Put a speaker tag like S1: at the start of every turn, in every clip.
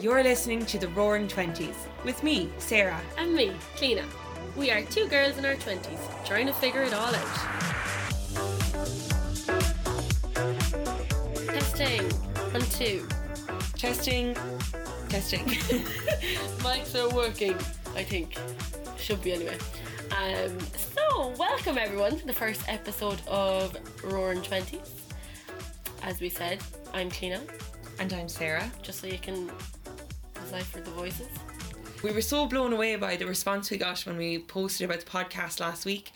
S1: You're listening to The Roaring Twenties with me, Sarah.
S2: And me, Cleena. We are two girls in our 20s trying to figure it all out. Testing. One, two.
S1: Testing, testing.
S2: Mics are working, I think. Should be anyway. Um, so, welcome everyone to the first episode of Roaring 20s. As we said, I'm Cleena,
S1: and I'm Sarah.
S2: just so you can decipher the voices.
S1: We were so blown away by the response we got when we posted about the podcast last week,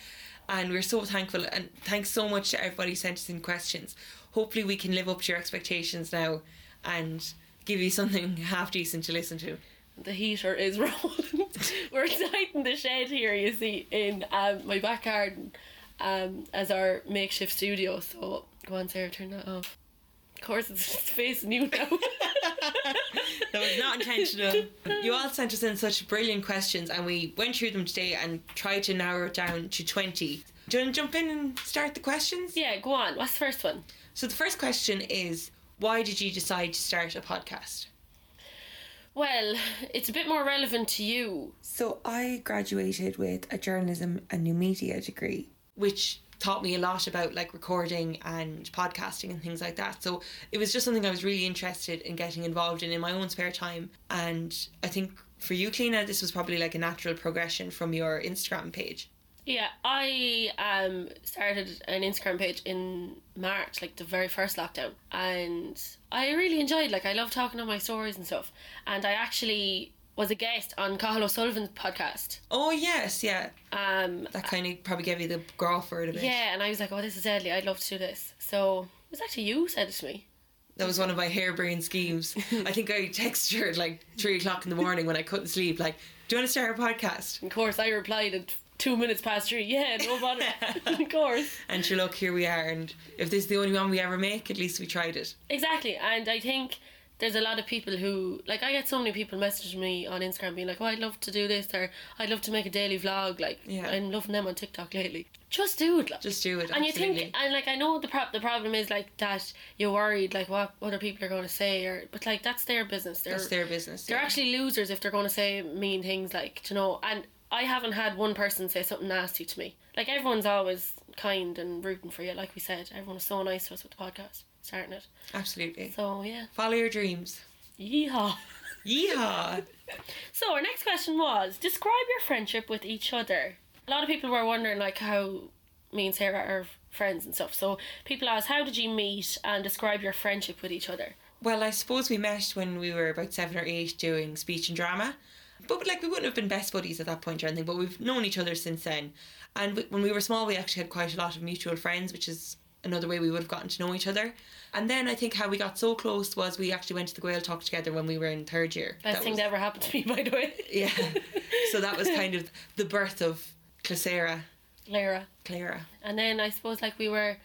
S1: and we're so thankful. And thanks so much to everybody who sent us in questions. Hopefully, we can live up to your expectations now and give you something half decent to listen to.
S2: The heater is rolling. We're inside in the shed here, you see, in um, my back garden um, as our makeshift studio. So go on, Sarah, turn that off. Of course, it's it's facing you now.
S1: That was not intentional. you all sent us in such brilliant questions, and we went through them today and tried to narrow it down to 20. Do you want to jump in and start the questions?
S2: yeah, go on. What's the first one?
S1: So, the first question is why did you decide to start a podcast?
S2: Well, it's a bit more relevant to you.
S1: So, I graduated with a journalism and new media degree, which taught me a lot about like recording and podcasting and things like that. So, it was just something I was really interested in getting involved in in my own spare time. And I think for you, Kleena, this was probably like a natural progression from your Instagram page.
S2: Yeah, I um started an Instagram page in March, like the very first lockdown, and I really enjoyed. Like, I love talking on my stories and stuff, and I actually was a guest on Cahill O'Sullivan's podcast.
S1: Oh yes, yeah.
S2: Um,
S1: That kind of probably gave you the growl for it a bit.
S2: yeah, and I was like, "Oh, this is deadly. I'd love to do this." So it was actually you who said it to me.
S1: That was one of my harebrained schemes. I think I texted her at like three o'clock in the morning when I couldn't sleep. Like, do you want to start a podcast?
S2: Of course, I replied at two minutes past three. Yeah, no bother. of course.
S1: And sure, look, here we are. And if this is the only one we ever make, at least we tried it.
S2: Exactly, and I think there's a lot of people who like I get so many people messaging me on Instagram being like, "Oh, I'd love to do this," or "I'd love to make a daily vlog." Like,
S1: Yeah.
S2: I'm loving them on TikTok lately. Just do it, like.
S1: Just do it.
S2: and you
S1: absolutely.
S2: think, and like I know the pro- the problem is like that you're worried like what other people are going to say, or but like that's their business. They're
S1: that's their business.
S2: they're
S1: yeah.
S2: actually losers if they're going to say mean things like do you know. And I haven't had one person say something nasty to me. Like everyone's always kind and rooting for you. Like we said, everyone was so nice to us with the podcast starting it.
S1: absolutely
S2: So yeah.
S1: follow your dreams.
S2: Yeehaw.
S1: Yeehaw!
S2: So our next question was describe your friendship with each other. A lot of people were wondering like how me and Sarah are friends and stuff. So people asked how did you meet and describe your friendship with each other.
S1: Well, I suppose we met when we were about seven or eight doing speech and drama. But like we wouldn't have been best buddies at that point or anything, but we've known each other since then. And we, when we were small, we actually had quite a lot of mutual friends, which is another way we would have gotten to know each other. And then I think how we got so close was we actually went to the Gael Talk together when we were in third year.
S2: Best thing
S1: was,
S2: that ever happened to me by the way.
S1: Yeah. so that was kind of the birth of Clasera.
S2: Lara.
S1: Clara.
S2: And then I suppose like we were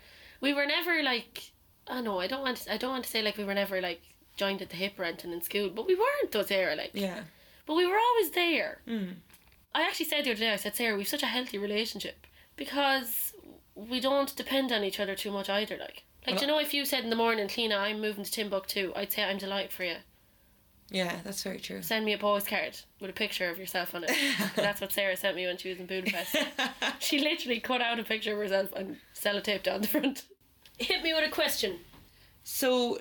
S2: we were never like I know, I don't want to, I don't want to say like we were never like joined at the hip or anything in school, but we weren't though Sarah like
S1: Yeah.
S2: But we were always there. I actually said the other day, I said, Sarah, we've such a healthy relationship because we don't depend on each other too much either. Like, like do you know, if you said in the morning, Cleena, I'm moving to Timbuktu, I'd say, I'm delighted for you.
S1: Yeah, that's very true.
S2: Send me a postcard with a picture of yourself on it. That's what Sarah sent me when she was in Budapest. she literally cut out a picture of herself and sellotaped it on the front. Hit me with a question.
S1: So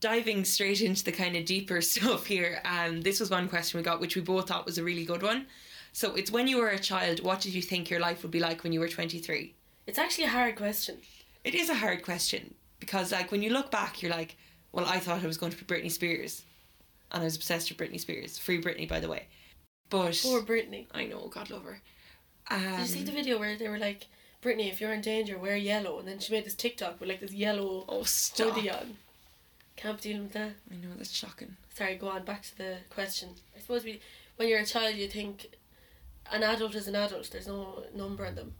S1: diving straight into the kind of deeper stuff here, um, this was one question we got, which we both thought was a really good one. So it's when you were a child, what did you think your life would be like when you were twenty three?
S2: It's actually a hard question.
S1: It is a hard question because like when you look back, you're like, well, I thought I was going to be Britney Spears, and I was obsessed with Britney Spears. Free Britney, by the way. But
S2: Poor Brittany.
S1: I know, God love her. Um,
S2: Did you see the video where they were like, Brittany, if you're in danger, wear yellow? And then she made this TikTok with like this yellow
S1: oh stop!
S2: hoodie on. um, Can't deal with that.
S1: I know that's shocking.
S2: Sorry, go on, back to the question. I suppose we, when you're a child, you think an adult is an adult, there's no number on them.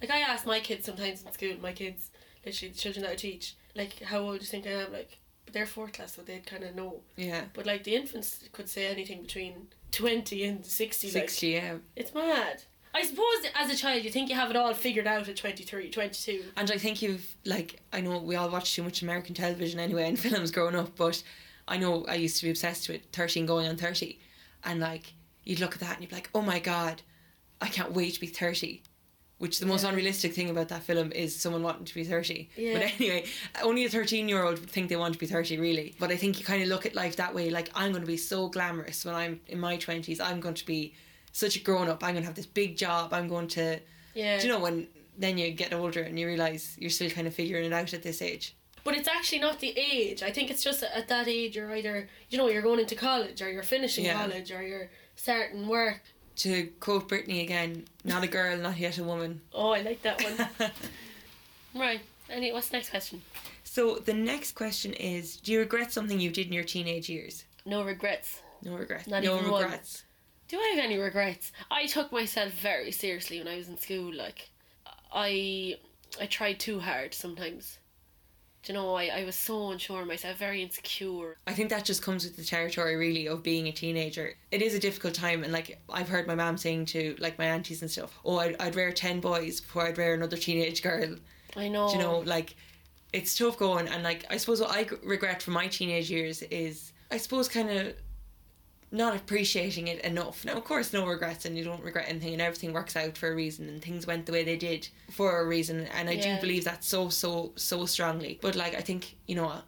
S2: Like, I ask my kids sometimes in school, my kids, literally the children that I teach, like, how old do you think I am? Like, but they're fourth class, so they'd kind of know.
S1: Yeah,
S2: But like, the infants could say anything between 20 and 60. like,
S1: sixty. Yeah,
S2: it's mad. I suppose as a child you think you have it all figured out at 23, 22.
S1: And I think you've like I know we all watch too much American television anyway and films growing up, but I know I used to be obsessed with 13 going on 30. And like, you'd look at that and you'd be like, oh my God, I can't wait to be 30. Which the most
S2: Yeah.
S1: unrealistic thing about that film is someone wanting to be 30.
S2: Yeah.
S1: But anyway, only a 13 year old would think they want to be 30, really. But I think you kind of look at life that way like, I'm going to be so glamorous when I'm in my 20s. I'm going to be such a grown up. I'm going to have this big job. I'm going to.
S2: Yeah.
S1: Do you know when then you get older and you realise you're still kind of figuring it out at this age?
S2: But it's actually not the age. I think it's just at that age you're either you know you're going into college or you're finishing
S1: Yeah.
S2: college or you're starting work.
S1: To quote Britney again, not a girl, not yet a woman.
S2: Oh, I like that one. right. Any what's the next question?
S1: so the next question is Do you regret something you did in your teenage years?
S2: No regrets.
S1: No regrets.
S2: Not
S1: no
S2: even one.
S1: regrets.
S2: Do I have any regrets? I took myself very seriously when I was in school. Like, I I tried too hard sometimes. Do you know? I I was so unsure of myself, very insecure.
S1: I think that just comes with the territory, really, of being a teenager. It is a difficult time, and like I've heard my mum saying to like my aunties and stuff, "Oh, I'd, I'd wear ten boys before I'd wear another teenage girl."
S2: I know.
S1: Do you know, like it's tough going, and like I suppose what I g- regret from my teenage years is, I suppose, kind of not appreciating it enough. Now, of course, no regrets, and you don't regret anything, and everything works out for a reason, and things went the way they did for a reason, and I
S2: Yeah.
S1: do believe that so so so strongly. But like I think you know.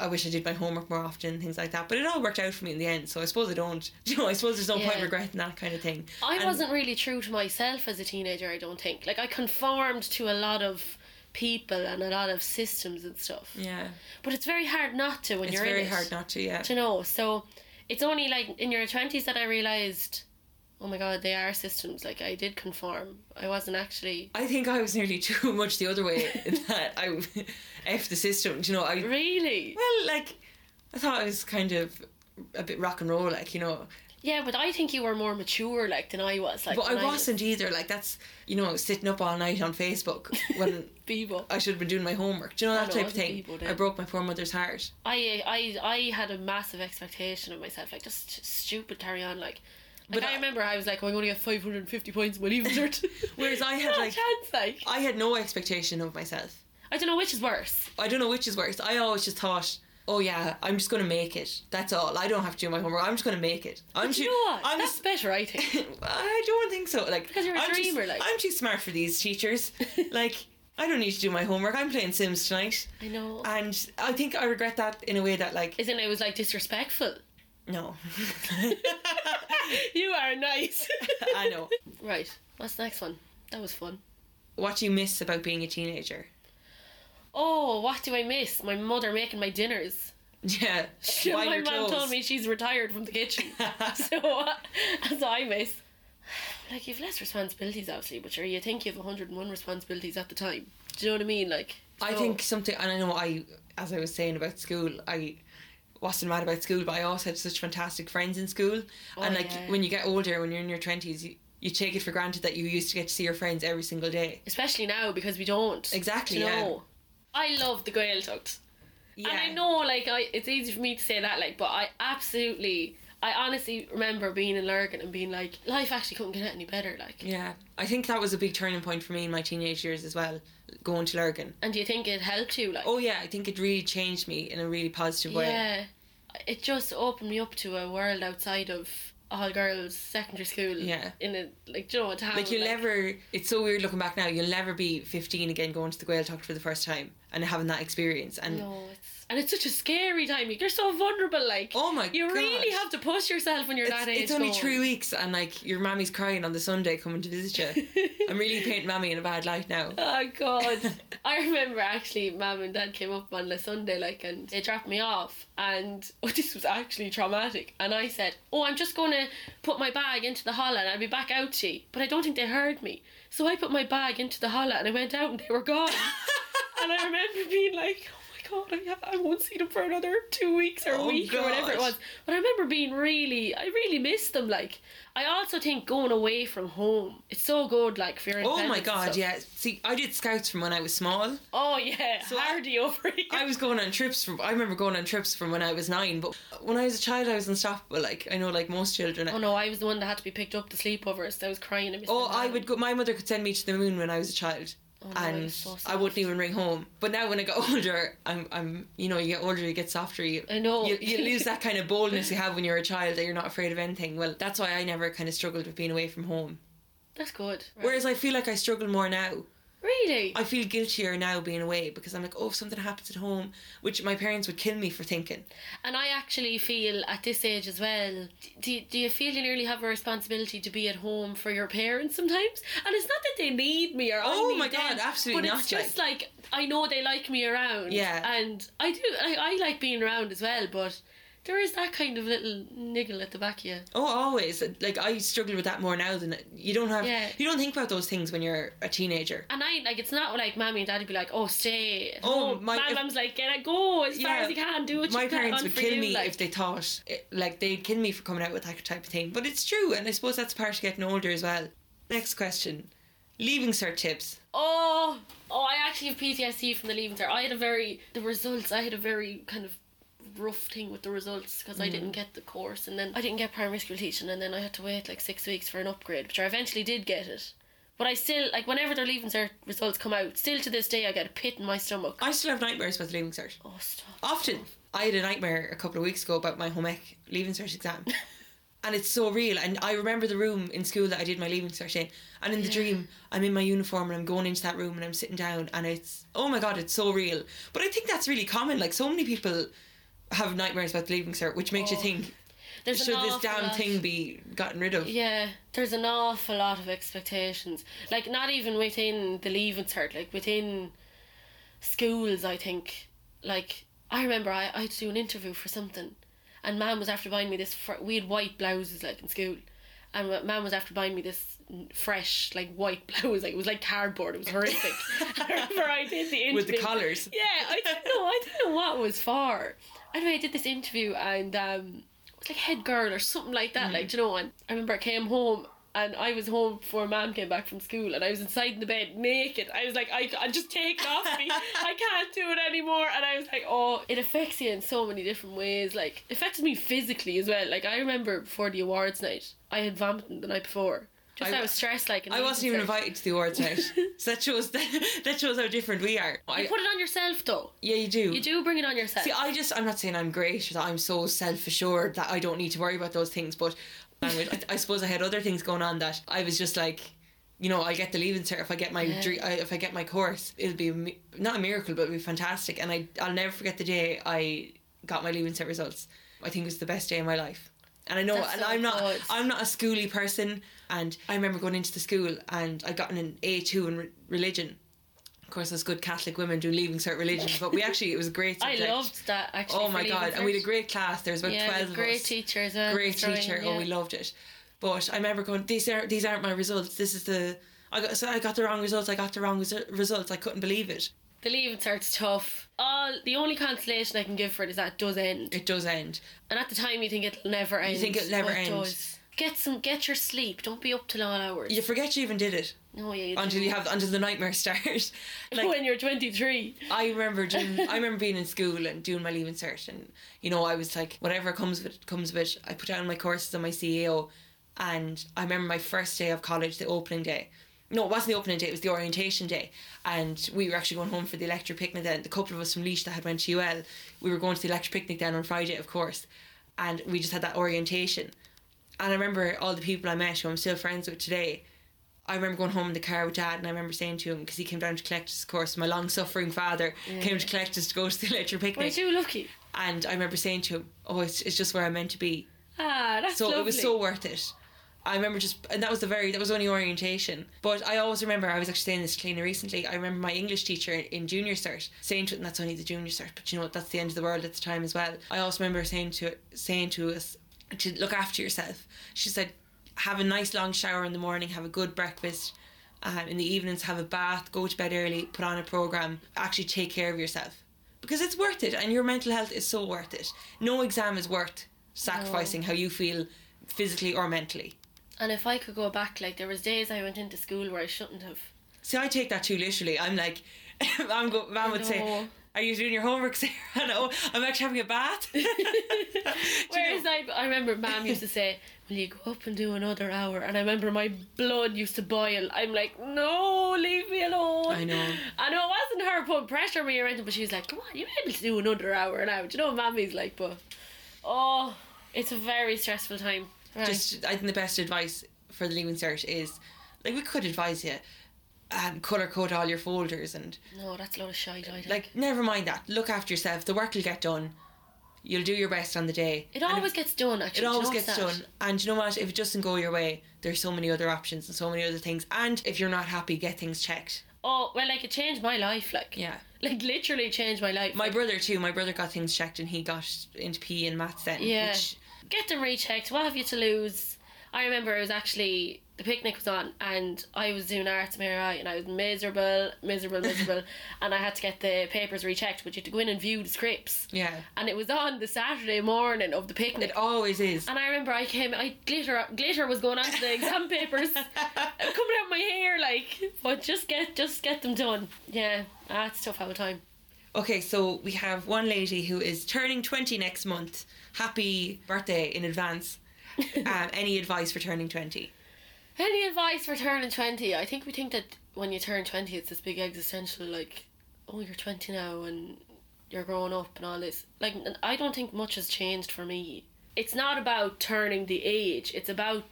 S1: I wish I did my homework more often, things like that. But it all worked out for me in the end, so I suppose I don't. You know, I suppose there's no point
S2: Yeah.
S1: regretting that kind of thing.
S2: I
S1: And-
S2: wasn't really true to myself as a teenager, I don't think. Like, I conformed to a lot of people and a lot of systems and stuff.
S1: Yeah,
S2: But it's very hard not to when
S1: it's
S2: you're
S1: very
S2: in it.
S1: hard not to. Yeah,
S2: to know. So it's only like in your 20s that I realised, oh my god, they are systems. Like, I did conform. I wasn't actually.
S1: I think I was nearly too much the other way in that I f the system. Do you know? I
S2: Really?
S1: well, like I thought I was kind of a bit rock and roll, like you know,
S2: Yeah, but I think you were more mature, like, than I was. Like,
S1: but I
S2: when
S1: wasn't either. Like that's you know sitting up all night on Facebook when
S2: Bebo.
S1: I should have been doing my homework. Do you know
S2: I
S1: that
S2: know,
S1: type
S2: I
S1: of
S2: was a
S1: thing?
S2: feeble then.
S1: I broke my poor mother's heart.
S2: I, I, I had a massive expectation of myself, like, just stupid carry on. Like, like
S1: But
S2: I,
S1: I-
S2: remember I was like, oh, I'm going to get 550 points in my leaving cert.
S1: Whereas I had,
S2: Not
S1: like-
S2: a chance, like.
S1: I had no expectation of myself.
S2: I don't know which is worse.
S1: I don't know which is worse. I always just thought. Oh yeah, I'm just gonna make it. That's all. I don't have to do my homework. I'm just gonna make it. I'm
S2: But
S1: too.
S2: you know what?
S1: I'm
S2: That's
S1: just-
S2: better, I think.
S1: I don't think so. Like
S2: Because you're a
S1: I'm
S2: dreamer,
S1: Too,
S2: like.
S1: I'm too smart for these teachers. like I don't need to do my homework. I'm playing Sims tonight,
S2: I know.
S1: and I think I regret that in a way that like
S2: Isn't it? It was like disrespectful.
S1: no.
S2: you are nice.
S1: I know.
S2: Right. What's the next one? That was fun.
S1: What do you miss about being a teenager?
S2: Oh, what do I miss? My mother making my dinners.
S1: Yeah, wipe
S2: my
S1: your
S2: mom told
S1: clothes.
S2: me she's retired from the kitchen. so uh, that's what I miss. Like you've less responsibilities obviously, but sure you think you have hundred and one responsibilities at the time. Do you know what I mean? Like
S1: I
S2: so-
S1: think something, and I know I, as I was saying about school, I wasn't mad about school, but I also had such fantastic friends in school.
S2: Oh,
S1: and like
S2: yeah.
S1: when you get older, when you're in your twenties, you, you take it for granted that you used to get to see your friends every single day.
S2: especially now because we don't.
S1: Exactly,
S2: Do you
S1: yeah.
S2: know? I love the Gael tucked. And I know, like, I, it's easy for me to say that, like, but I absolutely, I honestly remember being in Lurgan and being like, life actually couldn't get any better, like.
S1: Yeah, I think that was a big turning point for me in my teenage years as well, going to Lurgan.
S2: And do you think it helped you, like?
S1: Oh yeah, I think it really changed me in a really positive way.
S2: yeah. It just opened me up to a world outside of all girls secondary school.
S1: Yeah.
S2: In a like, do you know what town?
S1: Like you'll never, it's so weird looking back now, you'll never be 15 again going to the Gaeltacht for the first time and having that experience. And
S2: No, it's and it's such a scary time. You're so vulnerable, like.
S1: oh my
S2: You
S1: gosh.
S2: really have to push yourself when you're
S1: It's,
S2: that age.
S1: it's only
S2: going.
S1: three weeks and like your mammy's crying on the Sunday coming to visit you. I'm really painting mammy in a bad light now.
S2: Oh god. I remember actually mum and dad came up on the Sunday like and they dropped me off and oh, this was actually traumatic and I said, Oh, I'm just gonna put my bag into the holla and I'll be back out to you but I don't think they heard me. So I put my bag into the holla and I went out and they were gone. and I remember being like, Oh my god, I, ha- I won't see them for another two weeks or a
S1: Oh,
S2: week or whatever it
S1: gosh.
S2: was. But I remember being really I really missed them like I also think going away from home, it's so good like for your
S1: Oh
S2: independence
S1: my
S2: and
S1: god,
S2: stuff.
S1: yeah. See, I did scouts from when I was small.
S2: Oh yeah,
S1: So I-
S2: hardy over here.
S1: I was going on trips from. I remember going on trips from when I was nine. But when I was a child, I was unstoppable. Like I know, like most children.
S2: oh no, I was the one that had to be picked up to sleepovers. I was crying. And
S1: oh, I would go. My mother could send me to the moon when I was a child.
S2: Oh my God,
S1: and
S2: it's so
S1: I
S2: soft.
S1: wouldn't even ring home. But now when I get older, I'm, I'm, you know, you get older, you get softer, you,
S2: I know.
S1: you, you lose that kind of boldness you have when you're a child that you're not afraid of anything. Well, that's why I never kind of struggled with being away from home.
S2: That's good. Right.
S1: Whereas I feel like I struggle more now.
S2: really?
S1: I feel guiltier now being away because I'm like, oh, if something happens at home, which my parents would kill me for thinking.
S2: And I actually feel at this age as well. Do, do you feel you nearly have a responsibility to be at home for your parents sometimes? And it's not that they need me or I
S1: Oh
S2: need
S1: my God,
S2: them,
S1: absolutely
S2: But
S1: not,
S2: it's just like. I know they like me around.
S1: Yeah.
S2: And I do. I, I like being around as well, but there is that kind of little niggle at the back of you.
S1: Oh, always. Like I struggle with that more now than you don't have.
S2: Yeah.
S1: You don't think about those things when you're a teenager.
S2: And I like it's not like mommy and daddy be like, oh stay. at
S1: Oh,
S2: home."
S1: my-
S2: my mum's like, get it, go as far
S1: Yeah.
S2: as you can, do what
S1: My
S2: you can.
S1: parents
S2: on
S1: would
S2: for
S1: kill
S2: you,
S1: me
S2: like.
S1: if they thought, it- like, they'd kill me for coming out with that type of thing. But it's true, and I suppose that's part of getting older as well. Next question: Leaving cert tips.
S2: Oh, oh! I actually have PTSD from the leaving cert. I had a very the results. I had a very kind of rough thing with the results because I
S1: Mm.
S2: didn't get the course, and then I didn't get primary school teaching, and then I had to wait like six weeks for an upgrade, which I eventually did get it. But I still like whenever their leaving cert results come out, still to this day I get a pit in my stomach.
S1: I still have nightmares about the leaving cert.
S2: Oh stop!
S1: Often, I had a nightmare a couple of weeks ago about my home ec leaving cert exam. And it's so real. And I remember the room in school that I did my leaving cert in. And in the dream, I'm in my uniform and I'm going into that room and I'm sitting down. And it's, oh my God, it's so real. But I think that's really common. Like, so many people have nightmares about the leaving cert, which makes you
S2: Oh,
S1: think,
S2: There's an
S1: should this
S2: awful
S1: damn
S2: lot.
S1: thing be gotten rid of?
S2: Yeah, there's an awful lot of expectations. Like not even within the leaving cert, like within schools I think. Like I remember I, I had to do an interview for something and mum was after buying me this fr- we had white blouses like in school. And wha- mum was after buying me this n- fresh like white blouse like it was like cardboard it was horrific I remember I did the interview
S1: With the collars.
S2: yeah, I didn't know. I didn't know what it was for. Anyway, I did this interview and um, it was like head girl or something like that.
S1: Mm.
S2: Like, do you know? And I remember I came home and I was home before mom came back from school and I was inside in the bed naked. I was like, I, I just take it off me. I can't do it anymore. And I was like, oh, it affects you in so many different ways. Like, it affected me physically as well. Like, I remember before the awards night, I had vomited the night before. Just
S1: I-
S2: I, was stressed. Like, and
S1: I wasn't even
S2: inside.
S1: invited to the awards night. so that shows that, shows how different we are.
S2: You
S1: I,
S2: put it on yourself though.
S1: yeah, you do.
S2: You do bring it on yourself.
S1: See, I just, I'm not saying I'm great or that I'm so self assured that I don't need to worry about those things, but language, I, I suppose I had other things going on that I was just like, you know, I get the leaving cert if I get my
S2: Yeah.
S1: dre- I- if I get my course, it'll be a mi- not a miracle, but it'll be fantastic. And I, I'll never forget the day I got my leaving cert results. I think it was the best day of my life. And I know,
S2: That's
S1: and
S2: so
S1: I'm not,
S2: good.
S1: I'm not a schooly person. And I remember going into the school and I got an A two in re- religion. Of course, as good Catholic women do leaving cert religion, but we actually it was a great.
S2: I
S1: subject.
S2: loved that actually.
S1: Oh
S2: for
S1: my
S2: Leaving
S1: god! And we had
S2: Cert.
S1: a great class. There was about
S2: yeah,
S1: twelve
S2: great
S1: of us.
S2: teacher as well.
S1: Great
S2: throwing,
S1: teacher.
S2: yeah.
S1: Oh, we loved it. But I remember going. These are these aren't my results. This is the. I got so I got the wrong results. I got the wrong resu- results. I couldn't believe it.
S2: the leaving cert's tough. All the only consolation I can give for it is that it does end.
S1: It does end.
S2: And at the time, you think it'll never end.
S1: think it'll never
S2: but it
S1: end.
S2: does. Get some, get your sleep. Don't be up till all hours.
S1: You forget you even did it
S2: no, yeah. You
S1: until
S2: do.
S1: you have until the nightmare starts. like
S2: when you're 23.
S1: I remember doing, I remember being in school and doing my leaving cert, and you know I was like, whatever comes with it, comes with. it. I put down my courses and my CEO, and I remember my first day of college, the opening day. No, it wasn't the opening day; it was the orientation day, and we were actually going home for the electric picnic. Then the couple of us from Leash that had went to UL, we were going to the electric picnic then on Friday, of course, and we just had that orientation. And I remember all the people I met who I'm still friends with today. I remember going home in the car with dad, and I remember saying to him because he came down to collect us. Of course, my long-suffering father came to collect us to go to the electric
S2: We're
S1: picnic,
S2: too lucky.
S1: and I remember saying to him, "Oh, it's, it's just where I'm meant to be."
S2: Ah, that's
S1: So
S2: lovely.
S1: it was so worth it. I remember just, and that was the very that was only orientation. But I always remember I was actually saying this to Lena recently. I remember my English teacher in, in junior cert saying to it, and that's only the junior cert, but you know what, that's the end of the world at the time as well. I also remember saying to saying to us to look after yourself. She said, have a nice long shower in the morning, have a good breakfast. Um, in the evenings, have a bath, go to bed early, put on a program, actually take care of yourself because it's worth it, and your mental health is so worth it. No exam is worth sacrificing how you feel physically or mentally.
S2: And if I could go back, like there was days I went into school where I shouldn't have.
S1: See, I take that too literally. I'm like, I'm go, Mum would say,
S2: No.
S1: Are you doing your homework, Sarah? No, I'm actually having a bath. Do you know-
S2: Whereas I, I remember Mam used to say, "Will you go up and do another hour?" And I remember my blood used to boil. I'm like, "No, leave me alone."
S1: I know.
S2: I know it wasn't her putting pressure on me or anything, but she was like, "Come on, you're able to do another hour and hour." Do you know what Mammy's like? But oh, it's a very stressful time. Right.
S1: Just, I think the best advice for the leaving cert is, like, we could advise you, um, color code all your folders and
S2: no, that's a lot of shite. I like
S1: like, never mind that. Look after yourself. The work will get done. You'll do your best on the day.
S2: it
S1: And if-
S2: always gets done. Actually,
S1: it
S2: Do you
S1: always
S2: notice
S1: gets
S2: that?
S1: done. And you know what? If it doesn't go your way, there's so many other options and so many other things. And if you're not happy, get things checked.
S2: Oh well, like it changed my life. Like
S1: Yeah.
S2: like literally changed my life.
S1: My
S2: Like,
S1: brother too. My brother got things checked, and he got into PE and maths then.
S2: Yeah.
S1: Which,
S2: get them rechecked. What have you to lose? I remember it was actually the picnic was on, and I was doing arts and I and I was miserable, miserable, miserable, and I had to get the papers rechecked. But you had to go in and view the scripts,
S1: yeah.
S2: and it was on the Saturday morning of the picnic.
S1: It always is.
S2: And I remember I came, I glitter, glitter was going onto the exam papers, coming out my hair like. But just get, just get them done. Yeah, that's tough all the time.
S1: Okay, so we have one lady who is turning 20 next month. Happy birthday in advance. um, any advice for turning 20?
S2: Any advice for turning 20? I think we think that when you turn 20, it's this big existential, like, oh, you're 20 now and you're growing up and all this. Like, n- I don't think much has changed for me. It's not about turning the age, it's about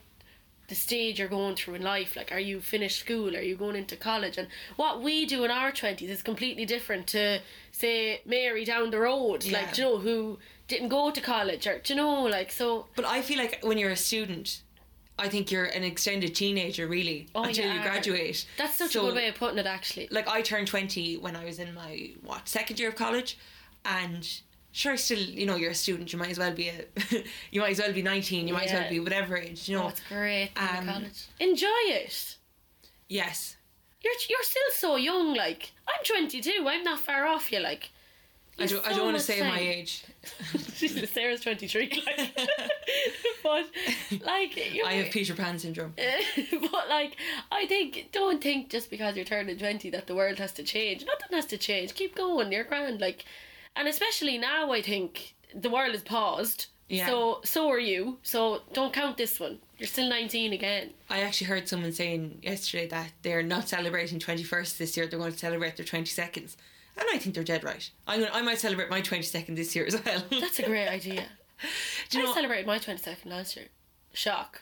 S2: the stage you're going through in life. Like, are you finished school? Are you going into college? And what we do in our 20s is completely different to, say, Mary down the road,
S1: Yeah.
S2: like, do you know, who didn't go to college or, do you know, like, so.
S1: But I feel like when you're a student, I think you're an extended teenager really
S2: Oh,
S1: until
S2: you
S1: you
S2: are.
S1: graduate.
S2: That's such
S1: So-
S2: a good way of putting it, actually.
S1: like I turned 20 when I was in my what second year of college and sure still you know you're a student you might as well be a you might as well be 19 you might as well
S2: Yeah.
S1: be whatever age you
S2: Oh,
S1: know
S2: it's great. being in
S1: Um,
S2: college. Enjoy it.
S1: yes
S2: You're you're still so young. Like I'm 22. I'm not far off you. Like
S1: I
S2: You've
S1: don't, I
S2: so
S1: don't want to
S2: much
S1: say my
S2: time.
S1: age
S2: Sarah's 23. Like, but like you're,
S1: I have Peter Pan syndrome
S2: but like I think don't think just because you're turning 20 that the world has to change. Nothing has to change. Keep going. You're grand. Like, and especially now, I think the world is paused.
S1: Yeah.
S2: So so are you. So don't count this one. You're still 19 again.
S1: I actually heard someone saying yesterday that they're not celebrating 21st this year they're going to celebrate their 22nds and I think they're dead right I'm gonna, I might celebrate my 22nd this year as well
S2: That's a great idea.
S1: Do you
S2: I
S1: know,
S2: celebrated my 22nd last year. Shock.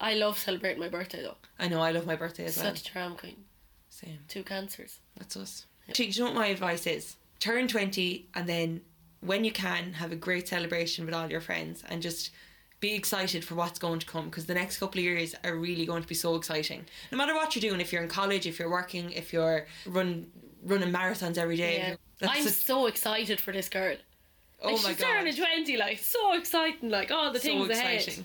S2: I love celebrating my birthday though.
S1: I know I love my birthday as well
S2: Such a drama queen.
S1: same
S2: Two cancers.
S1: That's us. Do you know what my advice is? Turn 20 and then when you can, have a great celebration with all your friends and just be excited for what's going to come because the next couple of years are really going to be so exciting. No matter what you're doing, if you're in college, if you're working, if you're run running marathons every day.
S2: Yeah.
S1: That's
S2: I'm
S1: a-
S2: so excited for this girl.
S1: oh
S2: like,
S1: my
S2: she's
S1: god.
S2: turning 20, like, so exciting, like, all the
S1: so
S2: things
S1: exciting.
S2: ahead.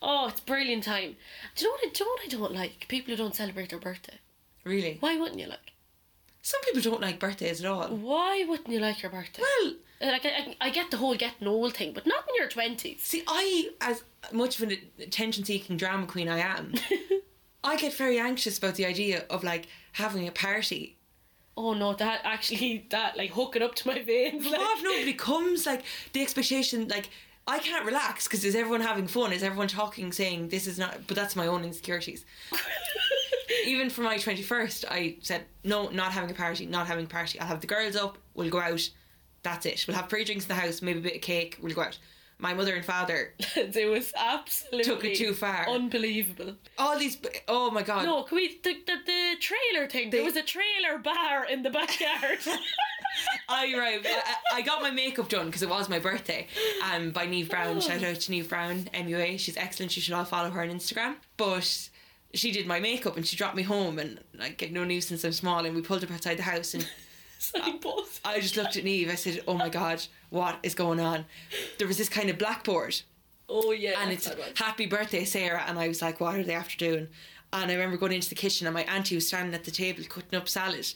S2: Oh, it's brilliant time. Do you, know what I, do you know what I don't like? People who don't celebrate their birthday.
S1: Really.
S2: Why wouldn't you like?
S1: Some people don't like birthdays at all.
S2: Why wouldn't you like your birthday? Uh,
S1: Well,
S2: Like, I, I, I get the whole getting old thing, but not when you're 20s.
S1: See, I, as much of an attention seeking drama queen I am, I get very anxious about the idea of like having a party.
S2: Oh no, that actually, that, like, hook it up to my veins. Like,
S1: What if nobody comes? Like, the expectation, like, I can't relax because is everyone having fun? Is everyone talking, saying this is not, but that's my own insecurities. Even for my 21st, I said, no, not having a party, not having a party. I'll have the girls up, we'll go out, that's it. We'll have free drinks in the house, maybe a bit of cake, we'll go out. My mother and father
S2: it was absolutely
S1: took it too far.
S2: unbelievable.
S1: All these, oh my god.
S2: No, can we the the, the trailer thing?
S1: They-
S2: there was a trailer bar in the backyard.
S1: I arrived. I, I- I got my makeup done because it was my birthday. Um, by Neve Brown. Shout out to Neve Brown, MUA. She's excellent. You should all follow her on Instagram. But she did my makeup and she dropped me home and like get no news since I'm small. And we pulled up outside the house and
S2: Signpost.
S1: I just looked at Neve. I said, "Oh my God, what is going on?" There was this kind of blackboard
S2: oh yeah,
S1: and
S2: that's
S1: it's
S2: what it was.
S1: happy birthday sarah and i was like what are they after doing and i remember going into the kitchen and my auntie was standing at the table cutting up salad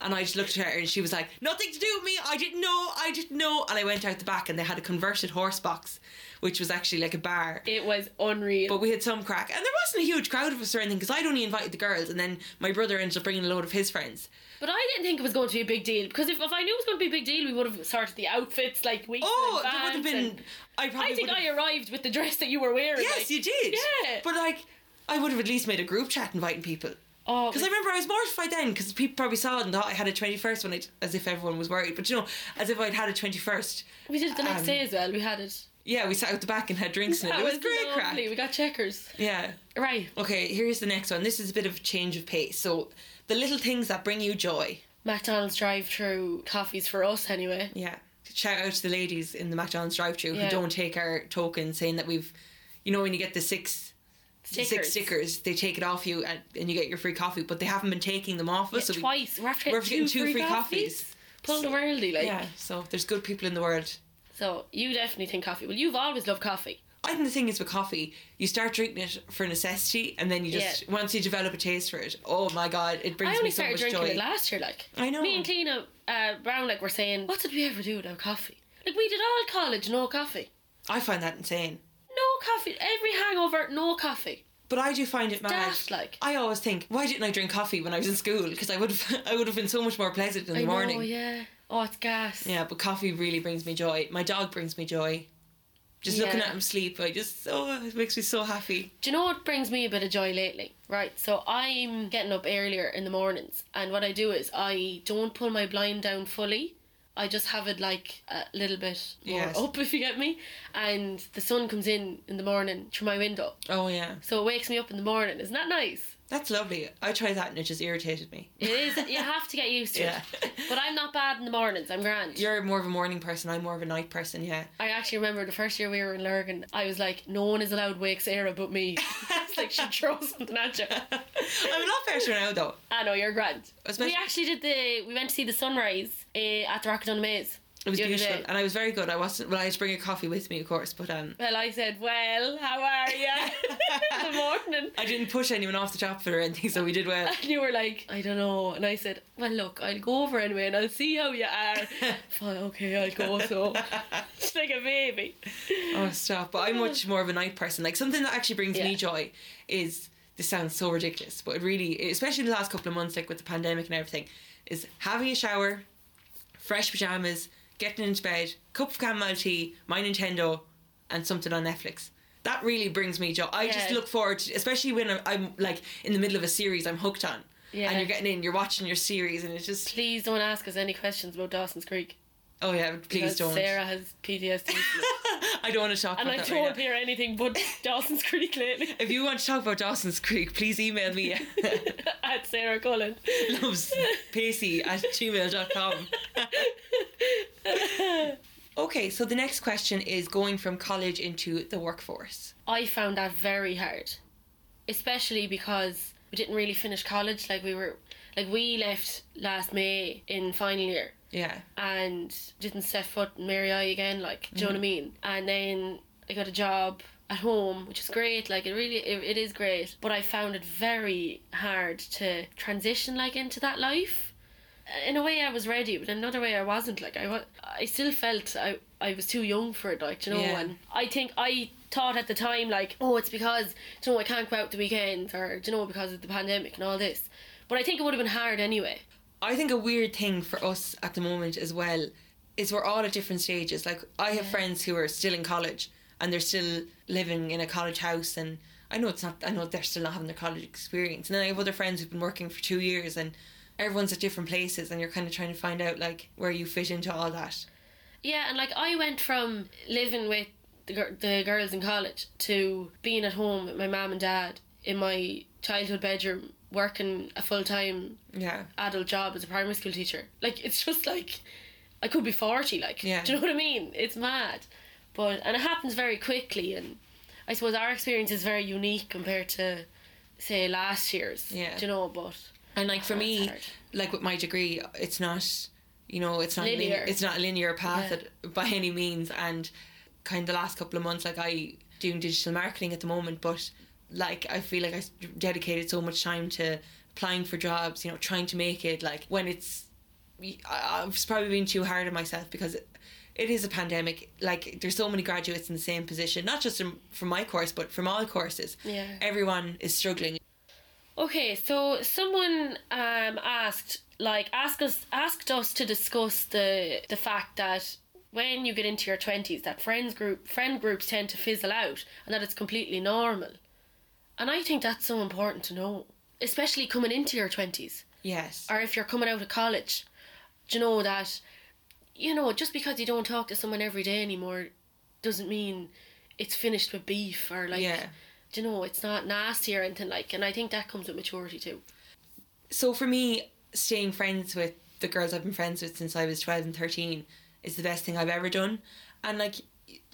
S1: And I just looked at her and she was like, nothing to do with me. I didn't know. I didn't know. And I went out the back and they had a converted horse box, which was actually like a bar.
S2: It was unreal.
S1: But we had some crack. And there wasn't a huge crowd of us or anything because I'd only invited the girls. And then my brother ended up bringing a load of his friends.
S2: But I didn't think it was going to be a big deal because if, if I knew it was going to be a big deal, we would have started the outfits like weeks.
S1: Oh,
S2: in
S1: there would have
S2: advance and-
S1: been. I probably
S2: I think
S1: would've-
S2: I arrived with the dress that you were wearing.
S1: Yes,
S2: like-
S1: you did.
S2: Yeah.
S1: But like, I would have at least made a group chat inviting people.
S2: oh,
S1: Because I remember I was mortified then because people probably saw it and thought I had a 21st when I, as if everyone was worried. But you know, as if I'd had a 21st.
S2: we did it the next
S1: um,
S2: day as well. We had it.
S1: Yeah, we sat out the back and had drinks and it.
S2: That
S1: It was great
S2: lovely.
S1: crack.
S2: We got checkers.
S1: Yeah.
S2: Right,
S1: Okay, here's the next one. This is a bit of a change of pace. So, the little things that bring you joy.
S2: McDonald's drive-through coffees for us anyway.
S1: Yeah. Shout out to the ladies in the McDonald's drive-through
S2: Yeah.
S1: who don't take our token, saying that we've, you know, when you get the six
S2: Stickers.
S1: six stickers, they take it off you and, and you get your free coffee. But they haven't been taking them off
S2: Yeah,
S1: us. so we-
S2: twice. We're after
S1: we're
S2: getting
S1: getting
S2: two,
S1: two
S2: free,
S1: free
S2: coffees.
S1: coffees.
S2: Pull the worldie, like.
S1: yeah. So there's good people in the world.
S2: So you definitely think coffee. Well, you've always loved coffee.
S1: I think the thing is with coffee, you start drinking it for necessity, and then you just once you develop a taste for it, oh my god, it brings
S2: I only
S1: me so
S2: started
S1: much
S2: drinking
S1: joy. Oh.
S2: it last year, like.
S1: I know.
S2: Me and Tina uh, Brown, like, were saying, what did we ever do without coffee? Like, we did all college, no coffee.
S1: I find that insane,
S2: No coffee. Every hangover, no coffee.
S1: but I do find it mad.
S2: Daft, like.
S1: I always think, why didn't I drink coffee when I was in school? Because I would have, I would have been so much more pleasant in the
S2: I
S1: morning.
S2: know, yeah. Oh, it's gas.
S1: Yeah, but coffee really brings me joy. My dog brings me joy. Just looking
S2: Yeah.
S1: at him sleep, I just oh, it makes me so happy.
S2: Do you know what brings me a bit of joy lately? Right, so I'm getting up earlier in the mornings, and what I do is I don't pull my blind down fully. I just have it like a little bit more
S1: Yes.
S2: up, if you get me. And the sun comes in in the morning through my window,
S1: Oh yeah,
S2: so it wakes me up in the morning. Isn't that nice?
S1: that's lovely. I tried that and it just irritated me.
S2: It is. you have to get used to
S1: Yeah,
S2: it. But I'm not bad in the mornings. I'm grand.
S1: you're more of a morning person. I'm more of a night person. Yeah.
S2: I actually remember the first year we were in Lurgan, I was like, no one is allowed wake Sarah but me. it's like she'd throw something at you.
S1: I'm a lot better now though.
S2: I know you're grand.
S1: Especially-
S2: we actually did the. We went to see the sunrise uh, at the Rocket on the Maze.
S1: It was
S2: the other
S1: beautiful,
S2: day.
S1: and I was very good. I wasn't. Well, I had to bring a coffee with me, of course, but um,
S2: Well, I said, "Well, how are you?" in the morning,
S1: I didn't push anyone off the top for or anything, so we did well.
S2: and you were like, "I don't know," and I said, "Well, look, I'll go over anyway, and I'll see how you are." Fine, okay, I'll go. So, just like a baby.
S1: Oh, stop! But I'm much more of a night person. Like something that actually brings
S2: Yeah.
S1: me joy is. This sounds so ridiculous, but it really, especially the last couple of months, like with the pandemic and everything, is having a shower, fresh pajamas, getting into bed, cup of chamomile tea, my Nintendo, and something on Netflix. That really brings me joy. I just
S2: Yeah.
S1: look forward to, especially when I'm, I'm like in the middle of a series I'm hooked on.
S2: Yeah.
S1: And you're getting in, you're watching your series, and it's just
S2: Please don't ask us any questions about Dawson's Creek.
S1: Oh yeah, please
S2: because
S1: don't.
S2: Sarah has PTSD,
S1: I don't want to talk
S2: and I
S1: about that right
S2: don't
S1: now.
S2: hear anything but Dawson's Creek lately.
S1: If you want to talk about Dawson's Creek, please email me at
S2: at Sarah Cullen.
S1: lovespacey at gmail.com. Okay, so the next question is going from college into the workforce.
S2: I found that very hard, especially because we didn't really finish college. Like we were, like we left last May in final year
S1: Yeah.
S2: and didn't set foot in Mary I again. Like, do you know what I mean? And then I got a job at home, which is great. Like it really, it, it is great. But I found it very hard to transition like into that life. In a way, I was ready, but in another way, I wasn't. Like I, wa- I still felt I, I was too young for it. Like do you know,
S1: Yeah.
S2: and I think I thought at the time like, oh, it's because do you know I can't go out the weekends, or do you know because of the pandemic and all this. But I think it would have been hard anyway.
S1: I think a weird thing for us at the moment as well is we're all at different stages. Like I have friends who are still in college and they're still living in a college house and I know it's not I know they're still not having their college experience. And then I have other friends who've been working for two years and everyone's at different places and you're kinda trying to find out like where you fit into all that.
S2: Yeah, and like I went from living with the, gir- the girls in college to being at home with my mum and dad in my childhood bedroom working a full time
S1: Yeah.
S2: adult job as a primary school teacher. Like it's just like I could be forty. Like
S1: Yeah.
S2: do you know what I mean? It's mad, but and it happens very quickly. And I suppose our experience is very unique compared to say last year's.
S1: Yeah.
S2: do you know? But
S1: And like for
S2: Oh, that's
S1: me,
S2: hard.
S1: like with my degree, it's not, you know, it's not linear.
S2: Linear.
S1: it's not a linear path
S2: Yeah.
S1: at, by any means. And kind of the last couple of months, like I doing digital marketing at the moment, but like I feel like I s- dedicated so much time to applying for jobs, you know, trying to make it. Like when it's, I- I've probably been too hard on myself because it, it is a pandemic. Like there's so many graduates in the same position, not just from, from my course, but from all courses.
S3: Yeah.
S1: Everyone is struggling.
S2: Okay, so someone um asked like ask us asked us to discuss the the fact that when you get into your twenties that friends group friend groups tend to fizzle out and that it's completely normal. And I think that's so important to know. Especially coming into your twenties.
S1: Yes.
S2: Or if you're coming out of college. Do you know that you know, just because you don't talk to someone every day anymore doesn't mean it's finished with beef or like
S1: Yeah.
S2: do you know, it's not nasty or anything like and I think that comes with maturity too.
S1: so for me, staying friends with the girls I've been friends with since I was 12 and 13 is the best thing I've ever done. And like,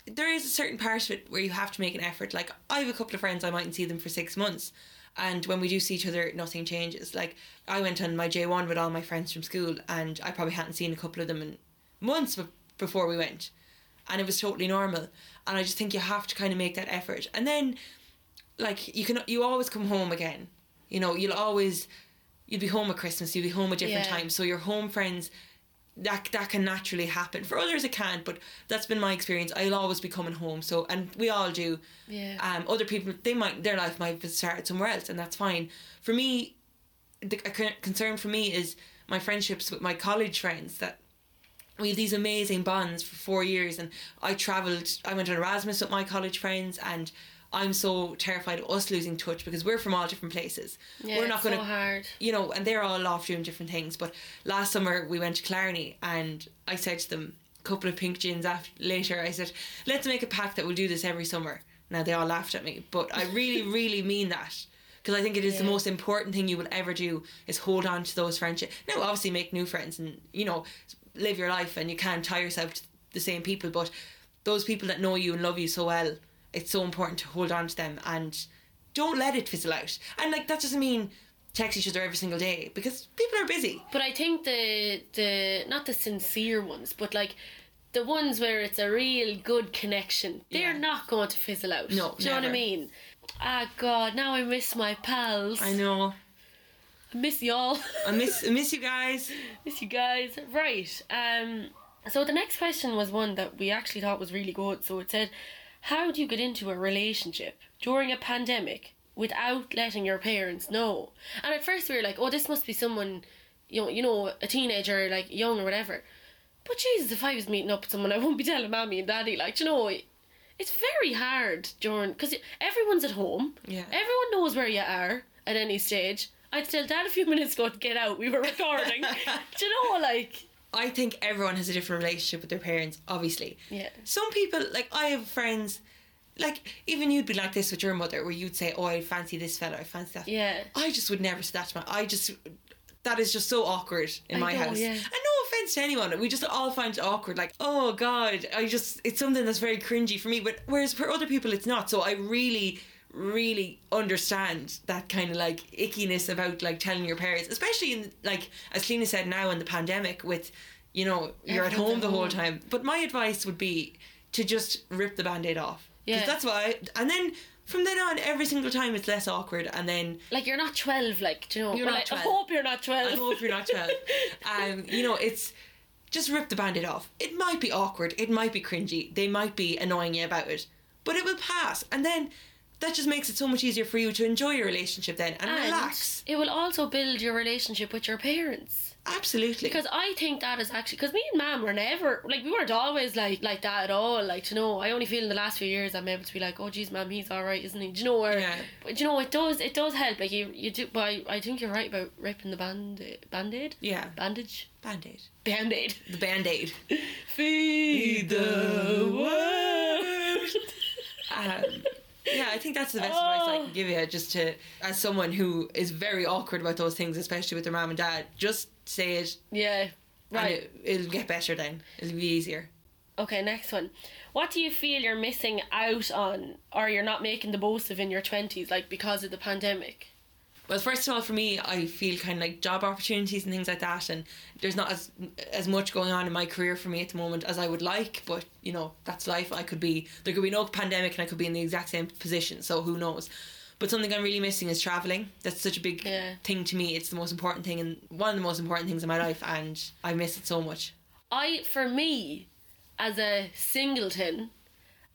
S1: there is a certain part of it where you have to make an effort. Like, I have a couple of friends, I mightn't see them for six months. And when we do see each other, nothing changes. Like, I went on my J1 with all my friends from school, and I probably hadn't seen a couple of them in months be- before we went. And it was totally normal. And I just think you have to kind of make that effort. And then like you can you always come home again you know you'll always you'll be home at christmas you'll be home at different
S2: Yeah.
S1: times so your home friends that that can naturally happen for others it can't but that's been my experience i'll always be coming home so and we all do
S2: Yeah.
S1: um other people they might their life might have started somewhere else and that's fine for me the a con- concern for me is my friendships with my college friends that we have these amazing bonds for four years and I travelled I went on Erasmus with my college friends and I'm so terrified of us losing touch because we're from all different places.
S2: Yeah,
S1: we're not
S2: it's
S1: gonna
S2: so hard.
S1: you know, and they're all off doing different things. But last summer we went to Clarny and I said to them a couple of pink gins after, later, I said, Let's make a pact that we'll do this every summer. Now they all laughed at me. But I really, really mean that. Because I think it is the
S2: Yeah.
S1: most important thing you will ever do is hold on to those friendships. Now obviously make new friends and, you know, live your life and you can't tie yourself to the same people, but those people that know you and love you so well, it's so important to hold on to them and don't let it fizzle out. And like that doesn't mean text each other every single day because people are busy.
S2: But I think the the not the sincere ones, but like the ones where it's a real good connection, they're
S1: Yeah.
S2: not going to fizzle out.
S1: No,
S2: do you know what I
S1: never.
S2: mean? Ah, God, now I miss my pals.
S1: I know.
S2: I miss y'all.
S1: I miss I miss you guys.
S2: miss you guys. Right. Um. So the next question was one that we actually thought was really good. So it said, "How do you get into a relationship during a pandemic without letting your parents know?" And at first we were like, "Oh, this must be someone, you know, you know, a teenager, like young or whatever." But Jesus, if I was meeting up with someone, I wouldn't be telling mommy and daddy. Like, do you know, it's very hard during because everyone's at home.
S1: Yeah.
S2: Everyone knows where you are at any stage. I'd tell dad a few minutes ago to get out. We were recording. Do you know, like,
S1: I think everyone has a different relationship with their parents, obviously.
S2: Yeah.
S1: Some people, like, I have friends, like, even you'd be like this with your mother, where you'd say, Oh, I fancy this fella, I fancy that.
S2: yeah,
S1: I just would never say that to my. I just that is just so awkward in
S2: I
S1: my
S2: know,
S1: house.
S2: yeah.
S1: And no offense to anyone, we just all find it awkward. Like, oh god, I just it's something that's very cringy for me. But whereas for other people, it's not. So I really, really understand that kind of like ickiness about like telling your parents, especially in like as Lena said now in the pandemic with, you know, you're at
S2: Everyone's
S1: home
S2: at
S1: the whole
S2: home.
S1: time. But my advice would be to just rip the band-aid off.
S2: Yeah.
S1: Because that's why and then from then on every single time it's less awkward and then
S2: like you're not twelve. Like, do you know,
S1: You're
S2: well,
S1: not
S2: I-
S1: 12.
S2: I hope you're not twelve.
S1: I hope you're not 12. Um, you know, it's just rip the bandit off. It might be awkward, it might be cringy, they might be annoying you about it, but it will pass. And then that just makes it so much easier for you to enjoy your relationship then and,
S2: And
S1: relax.
S2: It will also build your relationship with your parents
S1: Absolutely.
S2: because I think that is actually because me and mom were never like we weren't always like like that at all. Like, do you know, I only feel in the last few years I'm able to be like, oh, geez, mom, he's all right, isn't he? Do you know where?
S1: Yeah.
S2: But do you know it does it does help. Like you you do, but I, I think you're right about ripping the band band aid
S1: yeah,
S2: bandage
S1: band aid.
S2: band aid.
S1: The band aid.
S2: Feed
S1: the world. Um, yeah, I think that's the best advice I
S2: Oh.
S1: can give you. Just to, as someone who is very awkward about those things, especially with their mom and dad, just say it.
S2: Yeah.
S1: and
S2: Right.
S1: it- it'll get better then. It'll be easier.
S2: Okay, next one. What do you feel you're missing out on or you're not making the most of in your 20s, like because of the pandemic?
S1: Well, first of all, for me, I feel kind of like job opportunities and things like that, and there's not as as much going on in my career for me at the moment as I would like. But you know, that's life. I could be there could be no pandemic, and I could be in the exact same position. So who knows? But something I'm really missing is traveling. That's such a big
S2: Yeah.
S1: thing to me. It's the most important thing and one of the most important things in my life, and I miss it so much.
S2: I for me, as a singleton,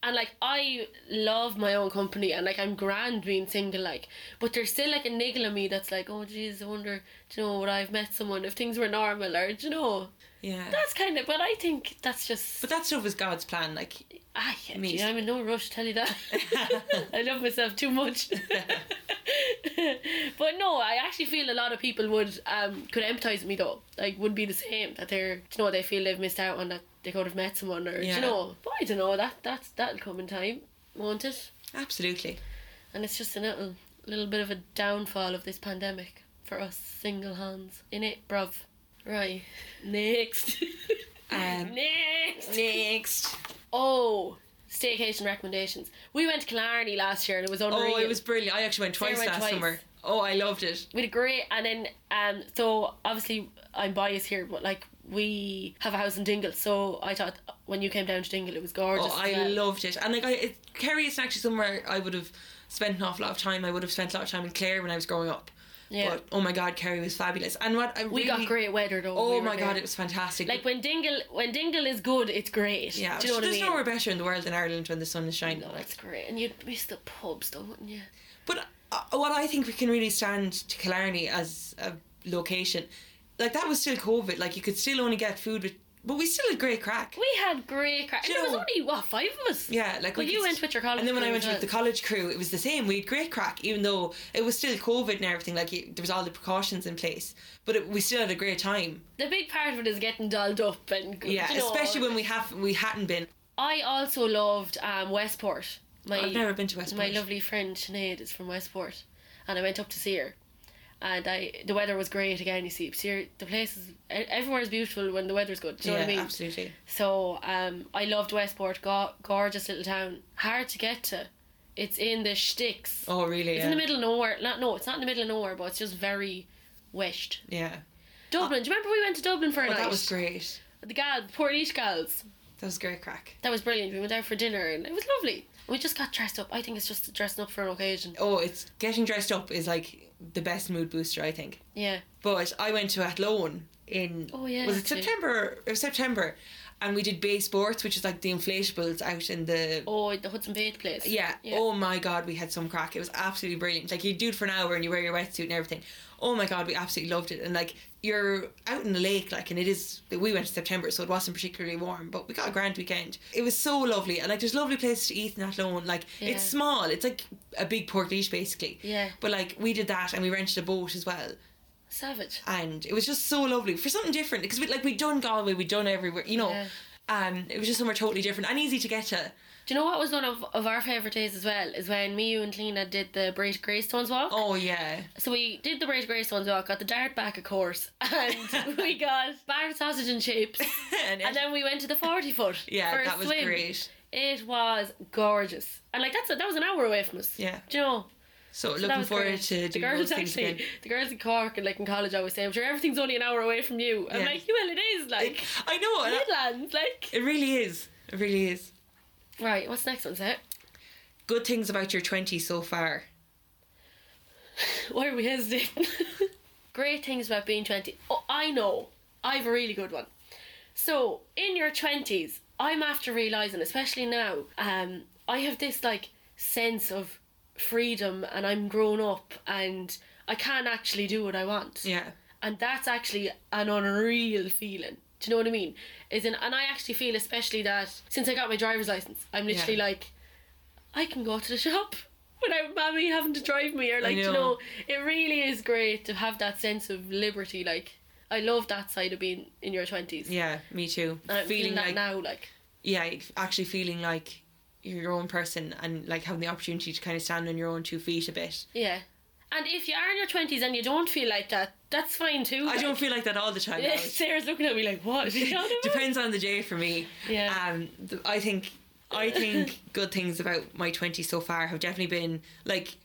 S2: and like I love my own company and like I'm grand being single like, but there's still like a niggle in me that's like, oh jeez, I wonder, do you know, would I've met someone if things were normal or do you know?
S1: Yeah.
S2: That's kind of, but I think that's just
S1: but that stuff was God's plan. Like,
S2: ah yeah,
S1: Me.
S2: gee, I'm in no rush to tell you that. I love myself too much. but no, I actually feel a lot of people would um could empathise with me though. Like would be the same that they're do you know they feel they've missed out on that they could have met someone or do
S1: Yeah.
S2: you know. But I don't know that that's that'll come in time, won't it?
S1: absolutely.
S2: And it's just a little little bit of a downfall of this pandemic for us single hands in it, bruv. Right, next.
S1: Um,
S2: next.
S1: Next.
S2: Oh, staycation recommendations. We went to Killarney last year and it was unreal.
S1: Oh, it was brilliant. I actually went
S2: Sarah
S1: twice
S2: went
S1: last
S2: twice.
S1: summer. Oh, I loved it.
S2: We had a great, and then um, so obviously I'm biased here, but like we have a house in Dingle, so I thought when you came down to Dingle it was gorgeous.
S1: Oh, I
S2: as well.
S1: loved it. And like, I, it, Kerry is actually somewhere I would have spent an awful lot of time. I would have spent a lot of time in Clare when I was growing up.
S2: Yeah.
S1: But oh my God, Kerry was fabulous. And what I
S2: we
S1: really,
S2: got great weather though.
S1: Oh
S2: we were
S1: my God,
S2: there.
S1: it was fantastic.
S2: like when Dingle when Dingle is good, it's great.
S1: yeah,
S2: do you know what I
S1: there's
S2: mean?
S1: nowhere better in the world than Ireland when the sun is shining.
S2: no,
S1: like.
S2: it's great, and you'd miss the pubs though, wouldn't you?
S1: But uh, what I think we can really stand to Killarney as a location, like that was still COVID. Like you could still only get food, with, but we still had great crack.
S2: We had great crack.
S1: Do you
S2: and There was
S1: know-
S2: only what five of us.
S1: Yeah, like
S2: Well,
S1: we
S2: you
S1: could-
S2: went with your college
S1: And then when I
S2: crew
S1: went
S2: as
S1: with the
S2: well.
S1: college crew, it was the same. We had great crack, even though it was still COVID and everything. Like it, there was all the precautions in place, but it, we still had a great time.
S2: The big part of it is getting dolled up and good.
S1: Yeah,
S2: you know,
S1: especially when we have we hadn't been.
S2: I also loved um, Westport. My,
S1: I've never been to Westport.
S2: My lovely friend Sinead is from Westport, and I went up to see her. And I, the weather was great again. You see, see the place is e- everywhere is beautiful when the weather's good. Do you
S1: yeah,
S2: know what I mean?
S1: absolutely.
S2: So, um, I loved Westport. Go- gorgeous little town. Hard to get to. It's in the sticks.
S1: Oh, really?
S2: It's
S1: yeah.
S2: in the middle of nowhere. Not no, it's not in the middle of nowhere, but it's just very west.
S1: Yeah.
S2: Dublin. Do you remember we went to Dublin for
S1: Uh,
S2: a
S1: Oh,
S2: night?
S1: that was great.
S2: The gal, Port Leash gals.
S1: That was great crack.
S2: That was brilliant. We went out for dinner and it was lovely. We just got dressed up. I think it's just dressing up for an occasion.
S1: Oh, it's getting dressed up is like the best mood booster, I think.
S2: Yeah.
S1: But I went to Athlone in
S2: Oh, yeah,
S1: was it
S2: actually.
S1: September? It was September, and we did bay sports, which is like the inflatables out in the.
S2: Oh, the Hudson Bay place.
S1: Yeah.
S2: Yeah.
S1: Oh my god, we had some crack. It was absolutely brilliant. Like you do it for an hour and you wear your wetsuit and everything. Oh my god, we absolutely loved it. And like you're out in the lake, like, and it is. We went in September, so it wasn't particularly warm, but we got a grand weekend. It was so lovely, and like there's lovely places to eat in Athlone. Like
S2: Yeah.
S1: it's small. It's like a big port leash basically.
S2: Yeah.
S1: But like we did that, and we rented a boat as well
S2: Savage.
S1: and it was just so lovely for something different because we, like we'd done Galway, we'd done everywhere, you know.
S2: Yeah.
S1: Um, it was just somewhere totally different and easy to get to.
S2: Do you know what was one of, of our favourite days as well? Is when me, you, and Lena did the British Greystones walk.
S1: Oh yeah,
S2: So we did the British Greystones walk, got the dart back, of course, and we got bar sausage and chips.
S1: and,
S2: And then we went to the 40 foot.
S1: yeah,
S2: for a
S1: that was
S2: swim.
S1: great.
S2: It was gorgeous. And like, that's a, that was an hour away from us.
S1: Yeah.
S2: Do you know?
S1: So,
S2: So that
S1: looking
S2: was
S1: forward
S2: great.
S1: to
S2: the
S1: doing those
S2: girls
S1: things
S2: actually,
S1: again.
S2: the girls in Cork and like in college always say, I'm sure everything's only an hour away from you. I'm
S1: Yeah.
S2: like, well, it is like
S1: I know and I-
S2: Midlands, like.
S1: it really is. It really is.
S2: Right, what's next on set?
S1: Good things about your twenties so far.
S2: Why are we hesitating? Great things about being 20. Oh, I know. I have a really good one. So, in your 20s, I'm after realizing, especially now, um, I have this like sense of freedom and I'm grown up and I can actually do what I want.
S1: Yeah,
S2: and that's actually an unreal feeling. Do you know what I mean? Is in, and I actually feel especially that since I got my driver's license, I'm literally
S1: Yeah.
S2: like, I can go to the shop without mommy having to drive me or like do you
S1: know.
S2: know. It really is great to have that sense of liberty. Like I love that side of being in your twenties.
S1: yeah, me too.
S2: And I'm Uh, feeling, that
S1: like
S2: now, like
S1: yeah, actually feeling like you're your own person and like having the opportunity to kind of stand on your own two feet a bit.
S2: yeah. And if you are in your twenties and you don't feel like that, that's fine too.
S1: I
S2: like.
S1: don't feel like that all the time. now.
S2: Sarah's looking at me like, what? You know what I mean?
S1: depends on the day for me.
S2: Yeah.
S1: Um, th- I think I think good things about my 20s so far have definitely been like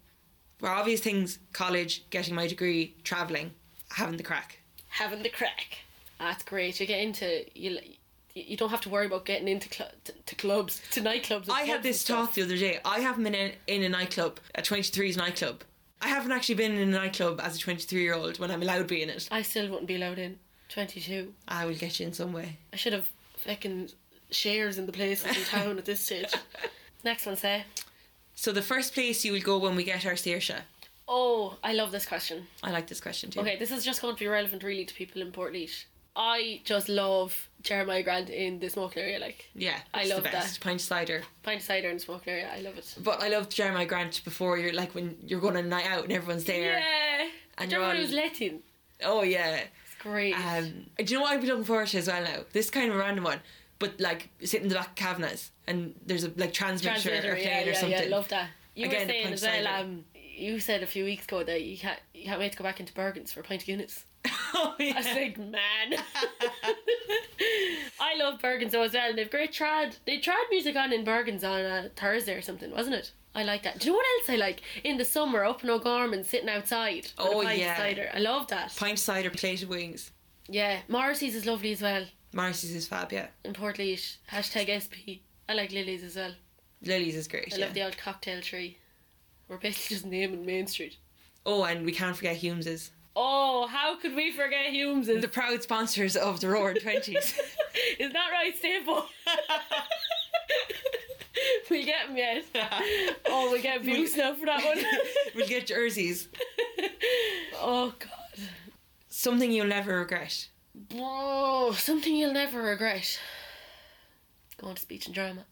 S1: for obvious things: college, getting my degree, traveling, having the crack.
S2: having the crack. That's great. You get into you. y- you don't have to worry about getting into cl- t- to clubs, to nightclubs. and
S1: I
S2: clubs
S1: had this
S2: and stuff.
S1: thought the other day. I haven't been in, in a nightclub, a 23's nightclub. I haven't actually been in a nightclub as a 23 year old when I'm allowed to be in it.
S2: I still wouldn't be allowed in. 22.
S1: I will get you in some way.
S2: I should have fucking shares in the places in town at this stage. Next one, say.
S1: So the first place you will go when we get our Saoirse.
S2: Oh, I love this question.
S1: I like this question too.
S2: Okay, this is just going to be relevant really to people in Port I just love Jeremiah Grant in the smoking area, like
S1: Yeah,
S2: I
S1: it's
S2: love
S1: the best. Pint cider.
S2: pint of cider in the smoking area. I love it.
S1: But I loved Jeremiah Grant before you're like when you're going on a night out and everyone's there.
S2: Yeah,
S1: And
S2: Do
S1: you're
S2: you remember
S1: all-
S2: it was Latin?
S1: Oh yeah.
S2: It's great.
S1: Um, do you know what I'd be looking forward to as well now? This kind of random one, but like sitting in the back of Kavanaugh's and there's a like transmitter,
S2: Translator,
S1: or plane
S2: yeah,
S1: or
S2: yeah,
S1: something.
S2: yeah, love that. You
S1: Again,
S2: were
S1: the
S2: saying
S1: pint
S2: as
S1: of
S2: well.
S1: cider.
S2: Um, you said a few weeks ago that you can't you can't wait to go back into Bergen's for a pint of Guinness.
S1: oh, yeah.
S2: I was like, man, I love Bergen's though as well. And they've great trad. They trad music on in Bergen's on a Thursday or something, wasn't it? I like that. Do you know what else I like? In the summer, up in O'Gorman, sitting outside. with
S1: Oh,
S2: a pint of
S1: yeah.
S2: cider. I love that.
S1: Pint cider, plated wings.
S2: yeah, Morrissey's is lovely as well
S1: Marcy's is fab, yeah.
S2: in Port Hashtag SP. I like Lily's as well.
S1: Lily's is great.
S2: I
S1: yeah.
S2: love the old cocktail tree. We're basically just naming Main Street.
S1: oh, and we can't forget Hume's.
S2: Oh, how could we forget Humes?
S1: The proud sponsors of the Roaring Twenties.
S2: Is that right, Staple? we get him yet. Oh, we get views now for that one.
S1: we'll get jerseys.
S2: oh God.
S1: Something you'll never regret.
S2: Oh, something you'll never regret. Going to speech and drama.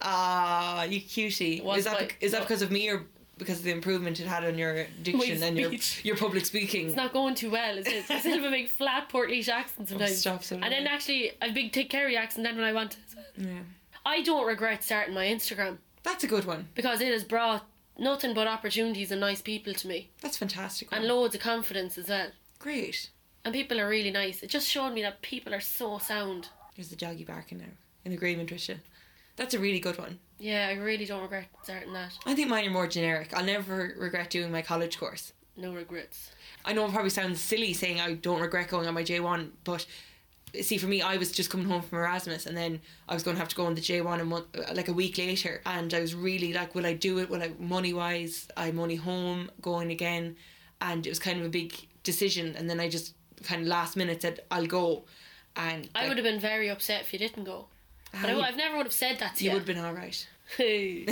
S1: Ah, you cutie.
S2: One
S1: Is that
S2: point.
S1: bec- is that because of me or because of the improvement it had on your diction and your
S2: speech.
S1: your public speaking?
S2: It's not going too well, is it? I still have a big flat Port accent sometimes.
S1: stop, so
S2: and then
S1: annoying.
S2: actually a big Take Kerry accent then when I want to. as well.
S1: yeah.
S2: I don't regret starting my Instagram
S1: That's a good one.
S2: because it has brought nothing but opportunities and nice people to me.
S1: That's fantastic. One.
S2: And loads of confidence as well.
S1: Great.
S2: And people are really nice. It just showed me that people are so sound.
S1: There's the doggy barking now. In agreement, Trisha. That's a really good one.
S2: Yeah, I really don't regret starting that.
S1: I think mine are more generic. I'll never regret doing my college course.
S2: No regrets.
S1: I know it probably sounds silly saying I don't regret going on my J1, but see, for me, I was just coming home from Erasmus and then I was going to have to go on the J1 a month, like a week later. And I was really like, will I do it? Will I, money wise, I'm only home going again. And it was kind of a big decision. And then I just kind of last minute said, I'll go. And
S2: I would have been very upset if you didn't go. But I,
S1: you,
S2: have never would have said that to
S1: you
S2: you.
S1: would have been all right.
S2: Hey.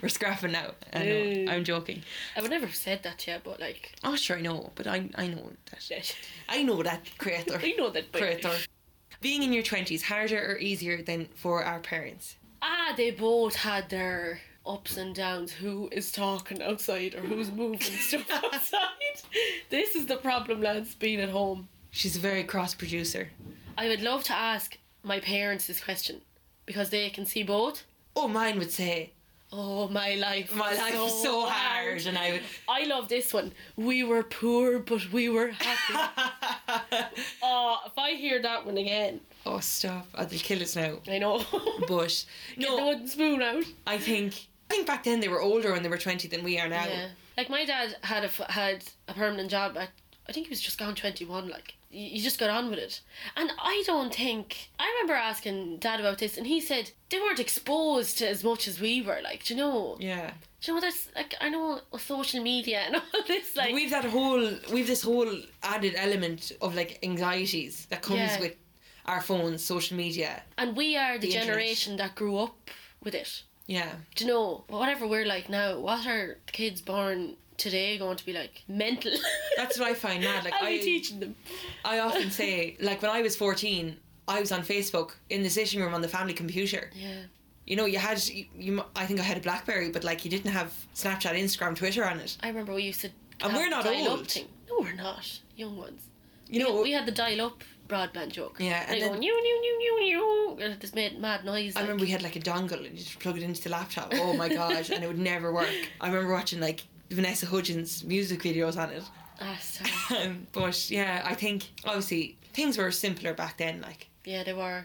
S1: We're scrapping now. I
S2: Hey.
S1: know. I'm joking.
S2: I would never have said that to you, but like,
S1: Oh, sure, I know, but I, I know that.
S2: shit.
S1: I know that creator.
S2: I know that. but-
S1: Creator. Being in your 20s, harder or easier than for our parents?
S2: Ah, they both had their ups and downs. Who is talking outside or who's moving stuff outside? This is the problem, lads, being at home.
S1: She's a very cross producer.
S2: I would love to ask my parents this question because they can see both.
S1: Oh, mine would say,
S2: Oh, my life.
S1: My
S2: was
S1: life is so hard. And I
S2: I love this one. We were poor, but we were happy.
S1: would.
S2: oh, if I hear that one again,
S1: oh, stop. I'll kill us now.
S2: I know.
S1: But,
S2: Get the
S1: no,
S2: wooden spoon out.
S1: I think. I think back then they were older when they were 20 than we are now.
S2: Yeah. Like my dad had a f- had a permanent job at I think he was just gone 21 like you you just got on with it. And I don't think I remember asking dad about this and he said they weren't exposed to as much as we were like do you know
S1: Yeah.
S2: do you know that's like I know social media and all this like
S1: we've that whole we've this whole added element of like anxieties that comes
S2: Yeah.
S1: with our phones, social media.
S2: and we are the,
S1: The internet.
S2: generation that grew up with it.
S1: Yeah.
S2: Do you know whatever we're like now what are the kids born today going to be like mental
S1: That's what I find mad, like,
S2: I'll be
S1: I-
S2: teaching them
S1: I often say, like when I was fourteen, I was on Facebook in the sitting room on the family computer.
S2: yeah
S1: You know, you had you, you I think I had a BlackBerry, but like you didn't have Snapchat, Instagram, Twitter on it.
S2: I remember we used to.
S1: And we're not
S2: dial-up
S1: old.
S2: Thing. No, we're not. Young ones.
S1: You
S2: we,
S1: know,
S2: we had the dial-up broadband joke.
S1: Yeah,
S2: and,
S1: and
S2: they go
S1: then-
S2: new new new new new, and it just made mad noise.
S1: I
S2: like.
S1: remember we had like a dongle and you just plug it into the laptop. Oh my god, and it would never work. I remember watching like Vanessa Hudgens music videos on it.
S2: Ah, sorry.
S1: Um, but yeah, I think obviously things were simpler back then. Like
S2: Yeah, they were.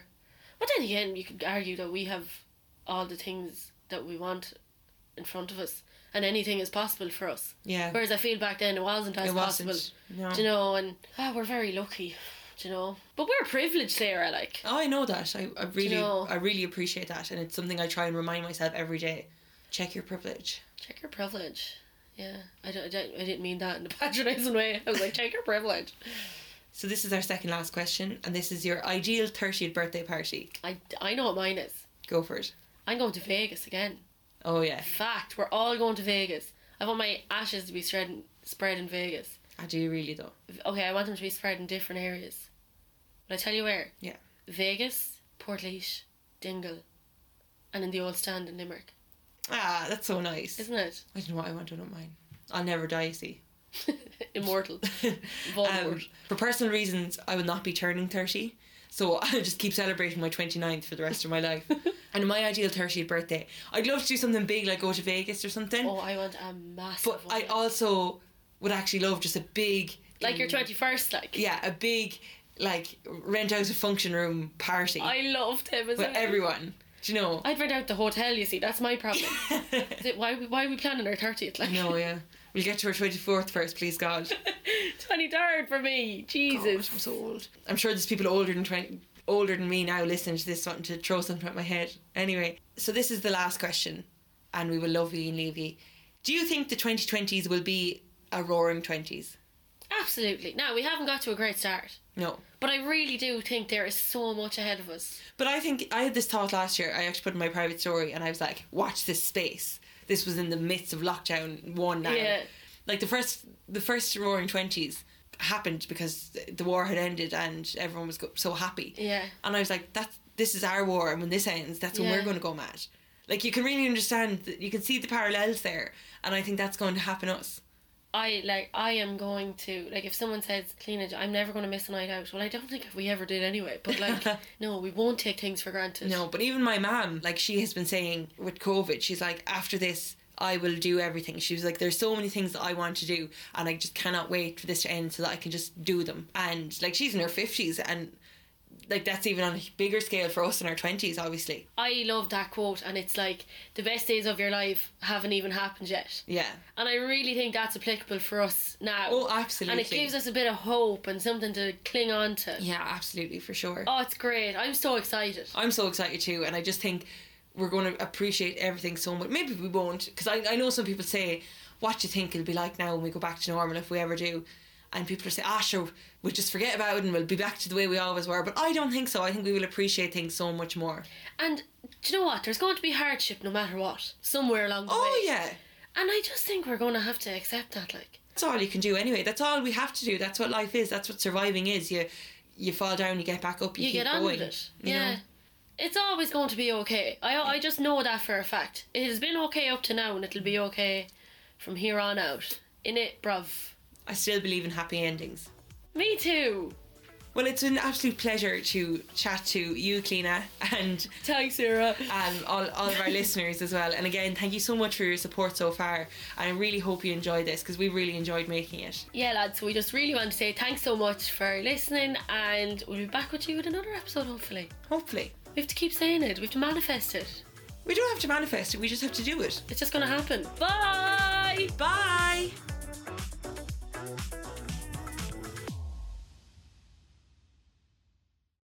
S2: But then again, you could argue that we have all the things that we want in front of us, and anything is possible for us.
S1: yeah,
S2: Whereas I feel back then it wasn't as
S1: it
S2: possible.
S1: wasn't. No.
S2: Do you know? And ah, we're very lucky. Do you know? But we're privileged, Sarah. Like,
S1: Oh, I know that. I, I really
S2: know?
S1: I really appreciate that, and it's something I try and remind myself every day. Check your privilege.
S2: check your privilege. Yeah, I don't. I, don't, I didn't mean that in a patronizing way. I was like, check your privilege.
S1: So this is our second last question, and this is your ideal thirtieth birthday party.
S2: I I know what mine is.
S1: Go for it.
S2: I'm going to Vegas again.
S1: Oh yeah,
S2: Fact, we're all going to Vegas. I want my ashes to be spread in, spread in Vegas.
S1: I do really though.
S2: Okay, I want them to be spread in different areas. But I tell you where.
S1: Yeah.
S2: Vegas, Portlaoise, Dingle, and in the old stand in Limerick,
S1: Ah, that's so nice.
S2: isn't it?
S1: I don't know what I want to know mine. I'll never die, see.
S2: Immortal.
S1: um,
S2: Voldemort.
S1: for personal reasons, I will not be turning 30. So I'll just keep celebrating my 29th for the rest of my life. and my ideal 30th birthday, I'd love to do something big like go to Vegas or something.
S2: oh, I want a massive
S1: but
S2: one.
S1: I also would actually love just a big.
S2: like your 21st, like.
S1: Yeah, a big, like, rent out a function room party
S2: I loved him as
S1: with
S2: well.
S1: everyone. Do you know?
S2: I'd rent out the hotel, you see. That's my problem. Th- why, we- why are we planning our 30th? Like,
S1: no, yeah. We'll get to our 24th first, please, God.
S2: 23rd for me. Jesus.
S1: Gosh, I'm so old. I'm sure there's people older than 20, older than me now listening to this wanting to throw something at my head. Anyway, so this is the last question, and we will love you and leave you. Do you think the 2020s will be a roaring 20s?
S2: Absolutely. No, we haven't got to a great start.
S1: No.
S2: But I really do think there is so much ahead of us.
S1: But I think I had this thought last year. I actually put in my private story, and I was like, "Watch this space." This was in the midst of lockdown one now.
S2: Yeah.
S1: Like the first, the first roaring twenties happened because the war had ended and everyone was go- so happy.
S2: Yeah.
S1: And I was like, "That's this is our war, and when this ends, that's when
S2: Yeah.
S1: we're going to go mad." Like you can really understand, that you can see the parallels there, and I think that's going to happen us.
S2: I like I am going to like if someone says cleanage, I'm never going to miss a night out. Well, I don't think we ever did anyway. But like, no, we won't take things for granted.
S1: No, but even my mom, like she has been saying with COVID, she's like, after this, I will do everything. She was like, there's so many things that I want to do, and I just cannot wait for this to end so that I can just do them. And like she's in her fifties, and like that's even on a bigger scale for us in our twenties, obviously.
S2: I love that quote, and it's like the best days of your life haven't even happened yet.
S1: Yeah.
S2: And I really think that's applicable for us now.
S1: Oh, absolutely.
S2: and it gives us a bit of hope and something to cling on to.
S1: Yeah, absolutely for sure.
S2: Oh, it's great! I'm so excited.
S1: I'm so excited too, and I just think we're going to appreciate everything so much. Maybe we won't, because I, I know some people say, "What do you think it'll be like now when we go back to normal if we ever do?" And people say, "Ah, sure, we'll just forget about it and we'll be back to the way we always were." But I don't think so. I think we will appreciate things so much more.
S2: And do you know what? There's going to be hardship no matter what, somewhere along the way.
S1: Oh yeah,
S2: And I just think we're going to have to accept that. Like,
S1: that's all you can do anyway. That's all we have to do. That's what life is. That's what surviving is. You you fall down, you get back up, you,
S2: you
S1: keep
S2: get on
S1: going.
S2: with it.
S1: you
S2: yeah.
S1: know?
S2: It's always going to be okay. I, I just know that for a fact. It has been okay up to now, and it'll be okay from here on out. In it, bruv.
S1: I still believe in happy endings.
S2: Me too.
S1: Well, it's been an absolute pleasure to chat to you, Kleena, and
S2: Thanks, Sarah.
S1: um, all, all of our listeners as well. And again, thank you so much for your support so far. And I really hope you enjoyed this because we really enjoyed making it.
S2: Yeah, lads. We just really want to say thanks so much for listening, and we'll be back with you with another episode. Hopefully,
S1: Hopefully,
S2: we have to keep saying it. We have to manifest it.
S1: we don't have to manifest it, we just have to do it.
S2: It's just gonna happen. Bye.
S1: Bye!